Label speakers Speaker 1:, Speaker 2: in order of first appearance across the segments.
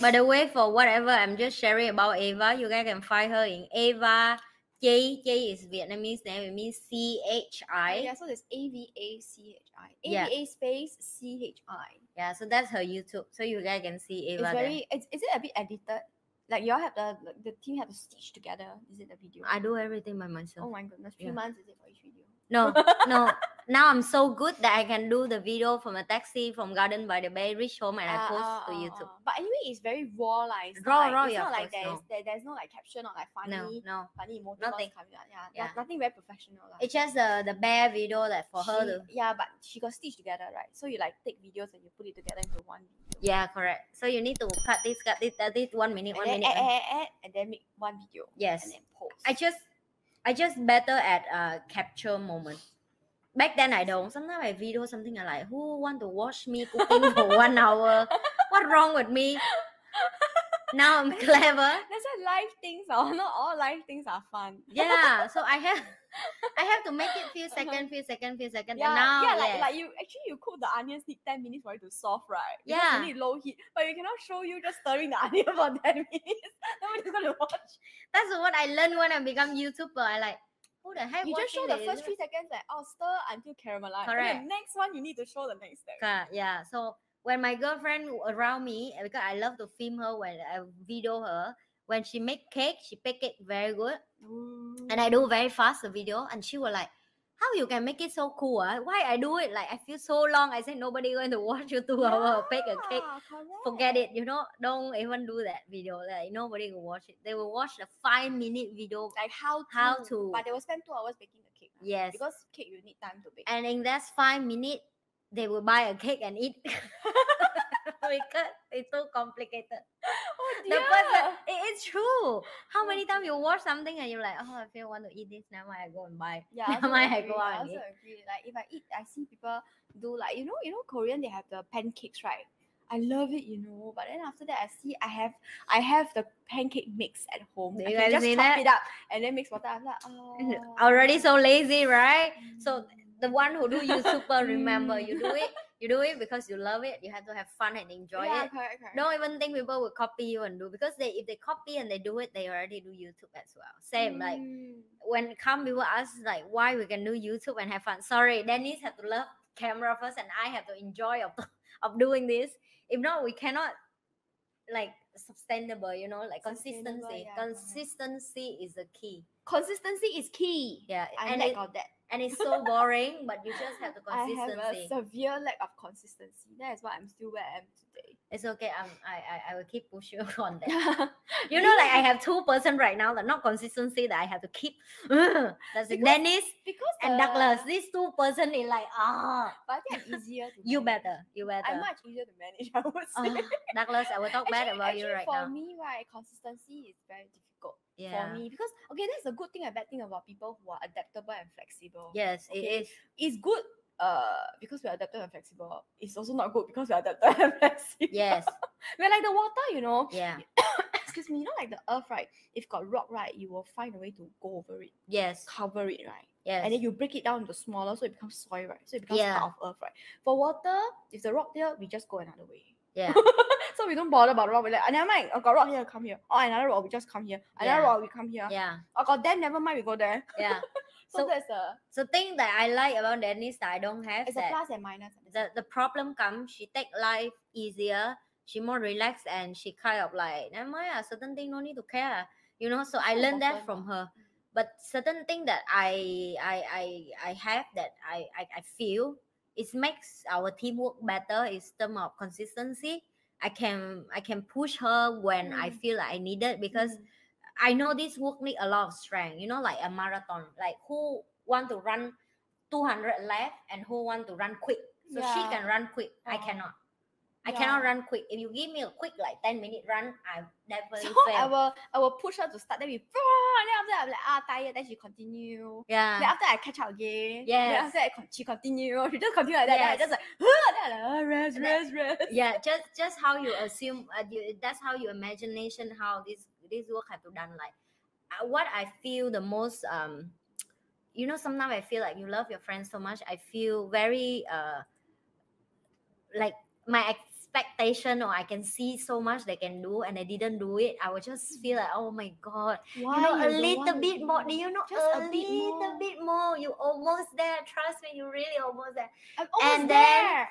Speaker 1: By the way, for whatever I'm just sharing about Ava, you guys can find her in Ava. J J is Vietnamese name. It means C H I.
Speaker 2: yeah, so it's A V A C H I.
Speaker 1: Yeah.
Speaker 2: A V A space C H I.
Speaker 1: Yeah, so that's her YouTube. So you guys can see
Speaker 2: It's
Speaker 1: Ava there.
Speaker 2: very. Is, is it a bit edited? Like y'all have the like, the team have to stitch together. Is it a video?
Speaker 1: I do everything by myself.
Speaker 2: oh my goodness, three
Speaker 1: yeah.
Speaker 2: months is it for each video?
Speaker 1: No, no. Now I'm so good that I can do the video from a taxi from Garden by the Bay, reach home, and I
Speaker 2: Ah,
Speaker 1: post
Speaker 2: ah,
Speaker 1: to
Speaker 2: ah,
Speaker 1: YouTube.
Speaker 2: ah. But anyway, it's very raw, like it's not
Speaker 1: Raw,
Speaker 2: like,
Speaker 1: raw,
Speaker 2: It's
Speaker 1: yeah,
Speaker 2: not
Speaker 1: of course,
Speaker 2: like there's
Speaker 1: no.
Speaker 2: there, there's no like caption or like funny
Speaker 1: No, no.
Speaker 2: funny emoticons
Speaker 1: Nothing.
Speaker 2: coming out. Yeah,
Speaker 1: Yeah.
Speaker 2: yeah. nothing very professional. Like.
Speaker 1: It's just the the bare video like for her to.
Speaker 2: She- Yeah, but she got stitched together, right? So you like take videos and you put it together into one video.
Speaker 1: Yeah, correct. So you need to cut this, cut this, cut this, one minute,
Speaker 2: And
Speaker 1: one
Speaker 2: then
Speaker 1: minute.
Speaker 2: add,
Speaker 1: one-
Speaker 2: add, add, and then make one video.
Speaker 1: Yes.
Speaker 2: And then post.
Speaker 1: I just I just better at uh capture moment. Back then I don't. Sometimes I video something I like who want to watch me cooking for one hour? What wrong with me? Now I'm clever.
Speaker 2: That's why live things are not all live things are fun.
Speaker 1: Yeah. So I have I have to make it few second, few second, few second.
Speaker 2: Uh-huh. Yeah,
Speaker 1: and now
Speaker 2: yeah, like
Speaker 1: yes.
Speaker 2: like you actually you cook the onions need ten minutes for it to soft, right? Because
Speaker 1: Yeah.
Speaker 2: you need low heat, but we cannot show you just stirring the onion for ten minutes. Nobody's gonna watch.
Speaker 1: that's what I learned when I become YouTuber. I like who the heck
Speaker 2: You just show
Speaker 1: watching
Speaker 2: the
Speaker 1: this?
Speaker 2: first three seconds, like oh, stir until caramelized. And
Speaker 1: Correct.
Speaker 2: the next one you need to show the next step.
Speaker 1: Ka- yeah. So when my girlfriend around me, eh, because I love to film her when I video her, when she make cake, she bake it very good, and I do very fast the video, and she was like, "How you can make it so cool? Ah, Why I do it like I feel so long? I said nobody going to watch you two hour of bake a cake."
Speaker 2: Yeah, Ah, correct.
Speaker 1: Forget it, you know. Don't even do that video. Like nobody will watch it. They will watch the five minute video.
Speaker 2: like how to,
Speaker 1: How to.
Speaker 2: but they will spend two hours baking the cake right?
Speaker 1: Yes,
Speaker 2: because cake you need time to bake
Speaker 1: and in that five minute, they will buy a cake and eat because it's so complicated.
Speaker 2: oh
Speaker 1: the person it, it's true how many times you watch something and you're like oh i feel want to eat this now i go and buy
Speaker 2: yeah
Speaker 1: Never
Speaker 2: I also
Speaker 1: mind, I
Speaker 2: agree,
Speaker 1: go out
Speaker 2: I
Speaker 1: and
Speaker 2: also agree like if I eat I see people do like you know you know Korean they have the pancakes right I love it you know but then after that I see I have I have the pancake mix at home
Speaker 1: Do
Speaker 2: I
Speaker 1: you
Speaker 2: can
Speaker 1: guys
Speaker 2: just
Speaker 1: see
Speaker 2: chop
Speaker 1: that?
Speaker 2: it up and then mix water I'm like oh mm."
Speaker 1: already so lazy right so the one who do you super remember you do it you do it because you love it you have to have fun and enjoy
Speaker 2: yeah,
Speaker 1: it
Speaker 2: correct, correct.
Speaker 1: don't even think people will copy you and do because they if they copy and they do it they already do youtube as well same like
Speaker 2: Mm.
Speaker 1: when come people ask like why we can do YouTube and have fun. Sorry, Dennis have to love camera first, and I have to enjoy of, of doing this. If not, we cannot like sustainable. You know, like
Speaker 2: Sustainable,
Speaker 1: consistency.
Speaker 2: yeah, uh-huh. correct.
Speaker 1: Consistency is the key.
Speaker 2: consistency is key
Speaker 1: Yeah,
Speaker 2: I
Speaker 1: and
Speaker 2: lack
Speaker 1: it,
Speaker 2: of that
Speaker 1: and it's so boring, but you just have the
Speaker 2: I have a
Speaker 1: consistency.
Speaker 2: severe lack of consistency that is why I'm still where I am today
Speaker 1: It's okay. I'm, I I I will keep pushing on that. You know, like I have two person right now that not consistency that I have to keep. That's it.
Speaker 2: Because-
Speaker 1: Dennis
Speaker 2: because
Speaker 1: and
Speaker 2: uh,
Speaker 1: Douglas. These two person is like ah.
Speaker 2: But I think I'm easier to
Speaker 1: You
Speaker 2: manage.
Speaker 1: better. You
Speaker 2: I'm
Speaker 1: better.
Speaker 2: much easier to manage, I would say.
Speaker 1: Oh, Douglas, I will talk bad
Speaker 2: Actually-
Speaker 1: about you
Speaker 2: actually
Speaker 1: right
Speaker 2: for
Speaker 1: now.
Speaker 2: me, right, consistency is very difficult
Speaker 1: yeah.
Speaker 2: for me because okay, that's the good thing and bad thing about people who are adaptable and flexible.
Speaker 1: Yes,
Speaker 2: Okay.
Speaker 1: it is.
Speaker 2: It's good uh because we're adaptable and flexible. It's also not good because we're adaptable and flexible.
Speaker 1: Yes.
Speaker 2: We're like the water, you know.
Speaker 1: Yeah.
Speaker 2: Excuse me, you know like the earth, right? If got rock, right, you will find a way to go over it,
Speaker 1: Yes.
Speaker 2: cover it, right?
Speaker 1: Yes.
Speaker 2: and then you break it down into smaller, so it becomes soil, right? So it becomes
Speaker 1: Yeah.
Speaker 2: part of earth, right? For water, if the rock there, we just go another way.
Speaker 1: Yeah.
Speaker 2: So we don't bother about rock. We're like, "Ah, never mind. I got rock here, come here. Oh, another rock, we just come here. Another
Speaker 1: Yeah.
Speaker 2: rock, we come here.
Speaker 1: Yeah.
Speaker 2: Oh, got them, never mind, we go there.
Speaker 1: Yeah.
Speaker 2: So,
Speaker 1: So-
Speaker 2: there's a
Speaker 1: So thing that I like about Dennis that I don't have
Speaker 2: it's a
Speaker 1: that
Speaker 2: plus and minus.
Speaker 1: the, the problem comes, she take life easier, she more relaxed and she kind of like, never mind, ah, certain thing no need to care. ah." You know, so I
Speaker 2: so
Speaker 1: learned that
Speaker 2: important
Speaker 1: from her.
Speaker 2: Mm.
Speaker 1: But certain thing that I I I, I have that I, I, I feel it makes our teamwork better is term of consistency. I can I can push her when I
Speaker 2: Mm.
Speaker 1: feel like I need it because
Speaker 2: Mm.
Speaker 1: I know this work need a lot of strength. You know, like a marathon. Like who want to run 200 left and who want to run quick. So she
Speaker 2: Mm. Yeah.
Speaker 1: can run quick. I
Speaker 2: Uh-uh.
Speaker 1: cannot. I cannot
Speaker 2: Yeah.
Speaker 1: run quick. If you give me a quick like 10 minute run, I definitely
Speaker 2: So I
Speaker 1: fail.
Speaker 2: will I will push her to start then we and then after that I'm like ah tired then she continue.
Speaker 1: yeah.
Speaker 2: Then after I catch up again.
Speaker 1: Ah. Yes.
Speaker 2: Then after that I con- she continue. She just continue like that. Then I
Speaker 1: Yes.
Speaker 2: just like, then I like ah, rest,
Speaker 1: And then-
Speaker 2: rest, rest.
Speaker 1: yeah just just how you assume uh, you, that's how your imagination how this this work have to done like uh, what i feel the most um you know sometimes i feel like you love your friends so much i feel very uh like my ex- expectation or I can see so much they can do and they didn't do it, I would just feel like, oh my god,
Speaker 2: Why
Speaker 1: you know, a
Speaker 2: don't
Speaker 1: little
Speaker 2: wanna
Speaker 1: bit
Speaker 2: do
Speaker 1: more.
Speaker 2: it?
Speaker 1: Do you know
Speaker 2: Just
Speaker 1: a,
Speaker 2: a bit
Speaker 1: little
Speaker 2: more.
Speaker 1: bit more? You almost there. Trust me, you really almost there.
Speaker 2: I'm almost
Speaker 1: and then-
Speaker 2: there.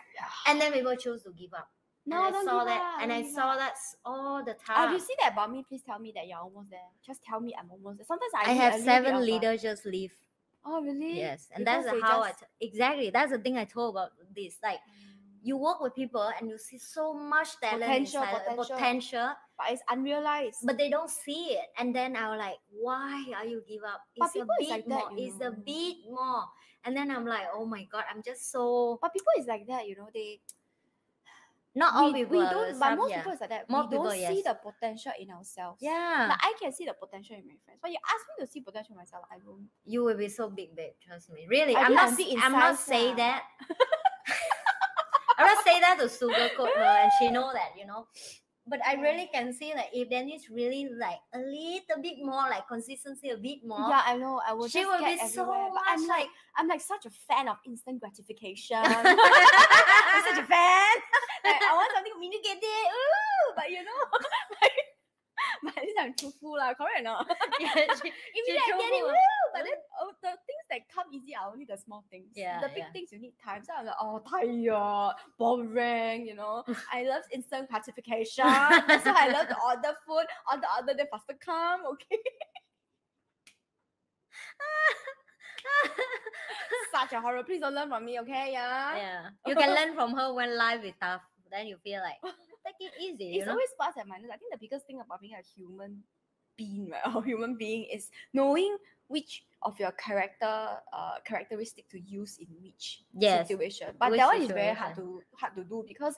Speaker 1: And then people choose to give up.
Speaker 2: No,
Speaker 1: and I
Speaker 2: don't
Speaker 1: saw
Speaker 2: give
Speaker 1: that,
Speaker 2: up,
Speaker 1: and
Speaker 2: don't
Speaker 1: I
Speaker 2: give
Speaker 1: saw
Speaker 2: up.
Speaker 1: that s- all the
Speaker 2: Ah, if
Speaker 1: time.
Speaker 2: you see that about me, please tell me that you're almost there. Just tell me I'm almost there. Sometimes I,
Speaker 1: I
Speaker 2: need a
Speaker 1: have
Speaker 2: little bit
Speaker 1: seven
Speaker 2: of a-
Speaker 1: leaders just leave.
Speaker 2: Oh really?
Speaker 1: Yes, and
Speaker 2: Because
Speaker 1: that's the
Speaker 2: they
Speaker 1: how
Speaker 2: just-
Speaker 1: I t- exactly. That's the thing I told about this. Like
Speaker 2: Mm.
Speaker 1: you work with people and you see so much talent,
Speaker 2: Potential,
Speaker 1: inside, uh,
Speaker 2: potential.
Speaker 1: potential,
Speaker 2: But it's unrealized.
Speaker 1: but they don't see it. And then I was like, why are you give up?
Speaker 2: But
Speaker 1: It's a
Speaker 2: people
Speaker 1: bit
Speaker 2: is like that,
Speaker 1: more.
Speaker 2: you
Speaker 1: it's a
Speaker 2: know.
Speaker 1: bit more. And then I'm like, oh my god, I'm just so
Speaker 2: but people is like that, you know. They
Speaker 1: not all
Speaker 2: we,
Speaker 1: people.
Speaker 2: we don't. But
Speaker 1: some-
Speaker 2: most
Speaker 1: yeah.
Speaker 2: people is like that.
Speaker 1: More
Speaker 2: we don't
Speaker 1: people,
Speaker 2: see
Speaker 1: yes.
Speaker 2: the potential in ourselves.
Speaker 1: Yeah,
Speaker 2: Like I can see the potential in my friends, but you ask me to see potential in myself, I don't.
Speaker 1: you will be so big, babe. Trust me. Really,
Speaker 2: I
Speaker 1: I'm
Speaker 2: think
Speaker 1: not.
Speaker 2: I'm big in
Speaker 1: I'm not
Speaker 2: size
Speaker 1: say
Speaker 2: lah.
Speaker 1: that. I'm not say that to sugarcoat her, and she know that, you know. But I really can see that if Dennis really like a little bit more, like consistency a bit more,
Speaker 2: Yeah, I know. I will
Speaker 1: she
Speaker 2: just
Speaker 1: will be
Speaker 2: get
Speaker 1: so much
Speaker 2: everywhere, but I'm
Speaker 1: like.
Speaker 2: like, I'm like such a fan of instant gratification. I'm such a fan. Like, I want something mean to get it. Ooh, but you know, like, but at least I'm truthful lah. Correct or not?
Speaker 1: Yeah, she-
Speaker 2: Immediately I get it.
Speaker 1: truthful.
Speaker 2: Woo! But then oh, the things that come easy are only the small things.
Speaker 1: Yeah,
Speaker 2: the big
Speaker 1: yeah.
Speaker 2: things you need time. So I'm like, oh, tired, boring. You know, I love instant gratification. so I love to order food, order order, then faster come. Okay, such a horror. Please don't learn from me. Okay, yeah.
Speaker 1: yeah, you can learn from her when life is tough. Then you feel like take it easy. You
Speaker 2: it's
Speaker 1: know?
Speaker 2: always plus and minus. I think the biggest thing about being a human being, right, or human being is knowing which of your character uh, characteristic to use in which
Speaker 1: Yes.
Speaker 2: situation. But
Speaker 1: Which
Speaker 2: that one is very hard to hard to do because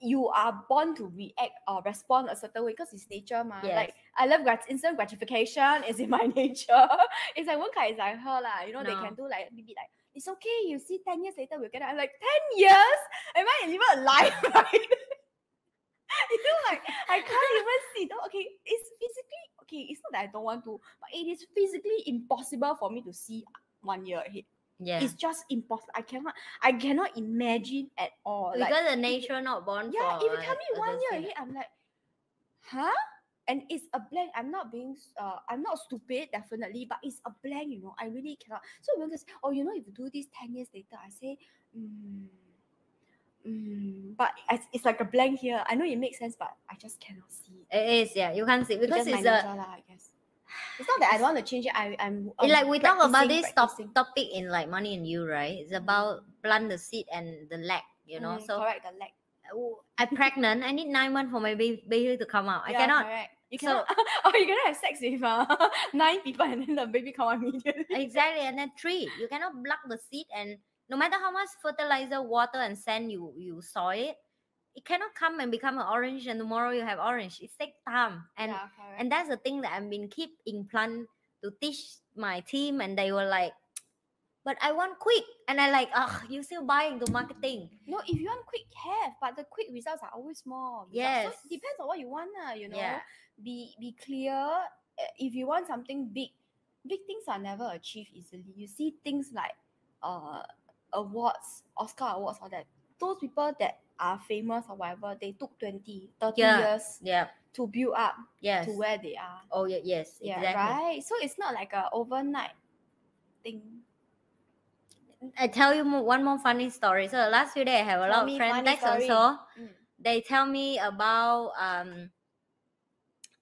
Speaker 2: you are born to react or respond a certain way because it's nature, ma. Like
Speaker 1: Yes.
Speaker 2: I love grat- instant gratification. It's in my nature. it's like one guy is like her lah. You know they
Speaker 1: No.
Speaker 2: can do like maybe like it's okay. You see, ten years later we'll get it. I'm like ten years. Am I even alive? Right? you know, like I can't even see. No, okay, it's physically okay. It's not that I don't want to, but it is physically impossible for me to see one year ahead.
Speaker 1: Yeah,
Speaker 2: It's just impossible. I cannot. I cannot imagine at all. Like,
Speaker 1: because the nature not born
Speaker 2: yeah,
Speaker 1: for.
Speaker 2: if you tell
Speaker 1: like,
Speaker 2: me
Speaker 1: uh,
Speaker 2: one
Speaker 1: this
Speaker 2: year
Speaker 1: thing.
Speaker 2: ahead, I'm like, huh? And it's a blank. I'm not being, s- uh, I'm not stupid, definitely, but it's a blank, you know. I really cannot. So when they say, oh, you know, if you do this 10 years later, I say, mm, mm, but it's, it's like a blank here. I know it makes sense, but I just cannot see. it.
Speaker 1: It is, yeah. You can't see because
Speaker 2: just my
Speaker 1: it's a
Speaker 2: nature lah, I guess. It's not that I don't want to change it. I, I'm
Speaker 1: it,
Speaker 2: um,
Speaker 1: like we talk about
Speaker 2: practicing,
Speaker 1: this top,
Speaker 2: practicing.
Speaker 1: topic in like money and you, right? It's about plant the seed and the lack, you know.
Speaker 2: Mm,
Speaker 1: so Oh,
Speaker 2: correct the leg.
Speaker 1: w- I pregnant, I need nine months for my baby, baby to come out. I
Speaker 2: Yeah,
Speaker 1: cannot
Speaker 2: Correct. You
Speaker 1: So-
Speaker 2: cannot. oh, you cannot have sex with uh, nine people and then the baby come out immediately.
Speaker 1: exactly. And then three, you cannot block the seed, and no matter how much fertilizer, water, and sand you you soil it, it cannot come and become an orange. And tomorrow you have orange. It takes time, and
Speaker 2: yeah, correct.
Speaker 1: and that's the thing that I've been keep implant to teach my team, and they were like, "But I want quick," and I like, "Ah, you still buying the marketing."
Speaker 2: no, if you want quick, have, but the quick results are always small. results.
Speaker 1: Yes.
Speaker 2: so it depends on what you want, lah. You know,
Speaker 1: Yeah.
Speaker 2: be be clear. uh, If you want something big, big things are never achieved easily. You see things like, uh, awards, Oscar awards, all that. Those people that are famous or whatever, they took 20, 30
Speaker 1: Yeah.
Speaker 2: years
Speaker 1: Yeah.
Speaker 2: to build up
Speaker 1: Yes.
Speaker 2: to where they are.
Speaker 1: Oh yeah. Yes.
Speaker 2: Yeah,
Speaker 1: exactly.
Speaker 2: right. So it's not like a overnight thing.
Speaker 1: I tell you mo- one more funny story. So the last few days I have a
Speaker 2: Tell
Speaker 1: lot of
Speaker 2: me
Speaker 1: friends
Speaker 2: funny
Speaker 1: text
Speaker 2: story.
Speaker 1: also.
Speaker 2: Mm.
Speaker 1: They tell me about um.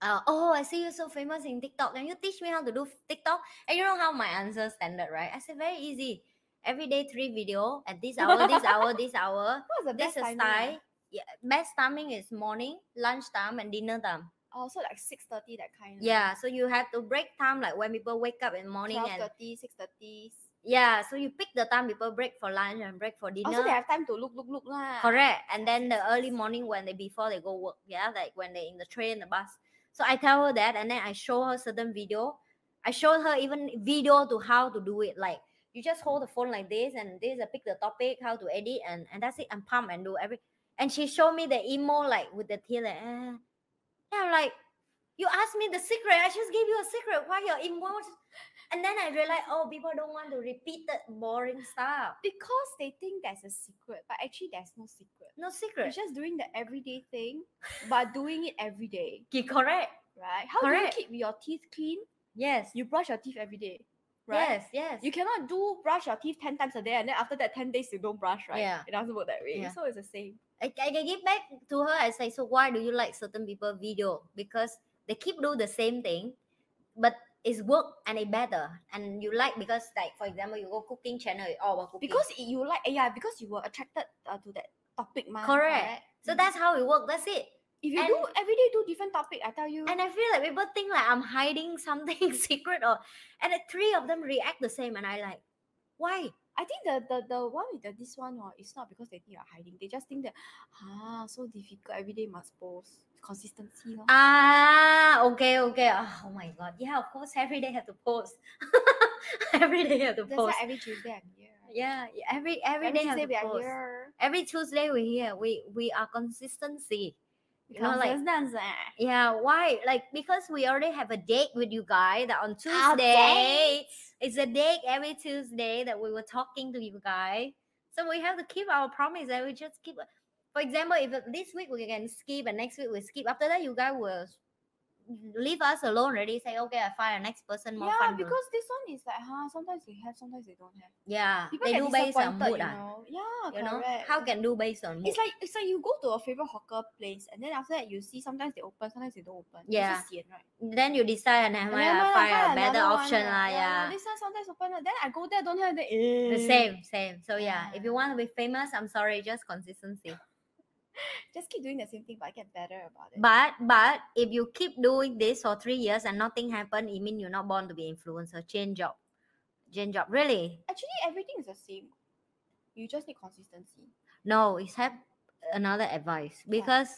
Speaker 1: Uh, oh, I see you so famous in TikTok. Can you teach me how to do TikTok? And you know how my answer standard, right? I said very easy. Every day three video at this hour, this hour, this hour.
Speaker 2: What's the
Speaker 1: This
Speaker 2: best
Speaker 1: is
Speaker 2: timing?
Speaker 1: Thai.
Speaker 2: ah?
Speaker 1: Yeah, best timing is morning, lunchtime, and dinner time.
Speaker 2: Oh, so like six thirty that kind. ah.
Speaker 1: Yeah, so you have to break time like when people wake up in morning
Speaker 2: Twelve
Speaker 1: and
Speaker 2: thirty, six thirty.
Speaker 1: yeah, so you pick the time people break for lunch and break for dinner.
Speaker 2: Also, Oh, they have time to look, look, look lah.
Speaker 1: Correct. And then the
Speaker 2: yes,
Speaker 1: early
Speaker 2: yes.
Speaker 1: morning when they before they go work, yeah, like when they in the train, the bus. So I tell her that, and then I show her certain video. I show her even video to how to do it. Like you just hold the phone like this, and this I pick the topic, how to edit, and and that's it. And pump and do every. And she showed me the emo like with the tear, like, eh. and I'm like, you asked me the secret. I just gave you a secret. Why your emo? And then I realized, oh, people don't want to repeat that boring stuff.
Speaker 2: Because they think there's a secret, but actually there's no secret.
Speaker 1: No
Speaker 2: You're
Speaker 1: secret.
Speaker 2: just doing the everyday thing, but doing it every day,
Speaker 1: Okay, correct.
Speaker 2: right? How
Speaker 1: Correct.
Speaker 2: do you keep your teeth clean?
Speaker 1: Yes.
Speaker 2: You brush your teeth every day, right?
Speaker 1: Yes, yes.
Speaker 2: You cannot do brush your teeth 10 times a day and then after that 10 days you don't brush, right?
Speaker 1: Yeah.
Speaker 2: It doesn't work that way.
Speaker 1: Yeah.
Speaker 2: So it's the same.
Speaker 1: I, I can give back to her and say, so why do you like certain people video? Because they keep do the same thing, but it's work and it better. And you like because like for example, you go cooking channel, it's all about cooking.
Speaker 2: Because it, you like, yeah, because you were attracted uh, to that topic, mah.
Speaker 1: Correct. so
Speaker 2: Mm.
Speaker 1: that's how it work. That's it.
Speaker 2: If you
Speaker 1: and-
Speaker 2: do every day, do different topic, I tell you.
Speaker 1: And I feel like people think like I'm hiding something secret or and the three of them react the same and I like, why?
Speaker 2: I think the the, the one with the this one oh, it's not because they think you're hiding. They just think that ah so difficult every day must post consistency. lor."
Speaker 1: Ah, okay, okay. Oh my god. Yeah, of course, every day have to post. every day have to
Speaker 2: That's
Speaker 1: post.
Speaker 2: why every Tuesday I'm here.
Speaker 1: yeah, yeah, every every,
Speaker 2: every
Speaker 1: day have
Speaker 2: Tuesday
Speaker 1: to
Speaker 2: we are
Speaker 1: post.
Speaker 2: here.
Speaker 1: Every Tuesday we here. We we are consistency. You know, like
Speaker 2: Consistency.
Speaker 1: yeah, why? Like because we already have a date with you guys that on
Speaker 2: Our
Speaker 1: Tuesday.
Speaker 2: dates.
Speaker 1: It's a date every Tuesday that we were talking to you guys. So we have to keep our promise that we just keep. For example, if it- this week we can skip and next week we skip, after that you guys will s- leave us alone already. Say okay, I find a next person more
Speaker 2: yeah,
Speaker 1: fun. to-"
Speaker 2: because this one is like huh sometimes they have, sometimes they don't have.
Speaker 1: yeah,
Speaker 2: People
Speaker 1: they
Speaker 2: get
Speaker 1: do based on
Speaker 2: disappointed,
Speaker 1: mood,
Speaker 2: you
Speaker 1: ah,
Speaker 2: know. Yeah,
Speaker 1: you know
Speaker 2: correct.
Speaker 1: how can do based on mood.
Speaker 2: it's like it's like you go to a favorite hawker place and then after that you see sometimes they open, sometimes they don't open.
Speaker 1: Yeah.
Speaker 2: It's so sian, right?
Speaker 1: then you decide and then
Speaker 2: And then
Speaker 1: I
Speaker 2: mine,
Speaker 1: find a
Speaker 2: find
Speaker 1: better
Speaker 2: another one
Speaker 1: option
Speaker 2: lah.
Speaker 1: lah. Yeah,
Speaker 2: This one sometimes open lah. Then I go there, don't have the. Eh.
Speaker 1: the same, same. So yeah, if you
Speaker 2: Yeah.
Speaker 1: want to be famous, I'm sorry, just consistency.
Speaker 2: Just keep doing the same thing, but I get better about it.
Speaker 1: But but if you keep doing this for three years and nothing happened, it means you're not born to be influencer. Change job, change job. Really?
Speaker 2: actually, everything is the same. You just need consistency.
Speaker 1: No, it's have another advice
Speaker 2: Yeah.
Speaker 1: because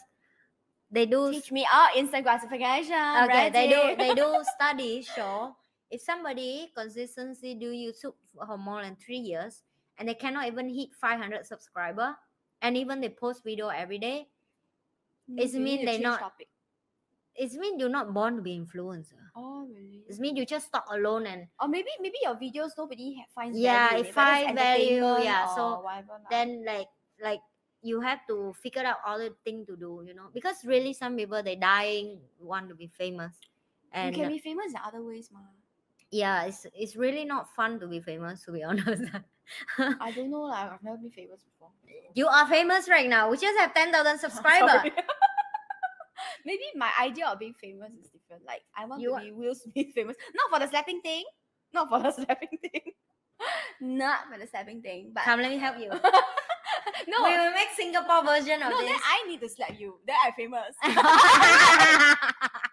Speaker 1: they do.
Speaker 2: Teach me out instant gratification.
Speaker 1: okay, they do
Speaker 2: Reddit.
Speaker 1: they do studies show if somebody consistency do YouTube for more than three years and they cannot even hit 500 subscriber and even they post video every day, It's
Speaker 2: you
Speaker 1: mean
Speaker 2: need to
Speaker 1: they
Speaker 2: change
Speaker 1: not-
Speaker 2: Topic.
Speaker 1: it means you're not born to be influencer.
Speaker 2: Oh really?
Speaker 1: It means you just talk alone and
Speaker 2: or maybe maybe your videos nobody ha- finds
Speaker 1: Yeah,
Speaker 2: value in
Speaker 1: it
Speaker 2: whether it's
Speaker 1: find value,
Speaker 2: entertainment
Speaker 1: yeah, so
Speaker 2: or whatever lah.
Speaker 1: then like like you have to figure out other thing to do, you know. Because really some people they dying want to be famous. And
Speaker 2: you can be famous in other ways, ma.
Speaker 1: yeah, it's it's really not fun to be famous to be honest.
Speaker 2: I don't know lah. I've never been famous before.
Speaker 1: You are famous right now. We just have 10,000 subscribers.
Speaker 2: Sorry. Maybe my idea of being famous is different. Like I want
Speaker 1: You
Speaker 2: to
Speaker 1: want-
Speaker 2: be Will Smith famous, not for the slapping thing, not for the slapping thing, not for the slapping thing. But
Speaker 1: Come, let me help you.
Speaker 2: no,
Speaker 1: We will make Singapore version of
Speaker 2: no,
Speaker 1: this.
Speaker 2: then I need to slap you. Then I famous.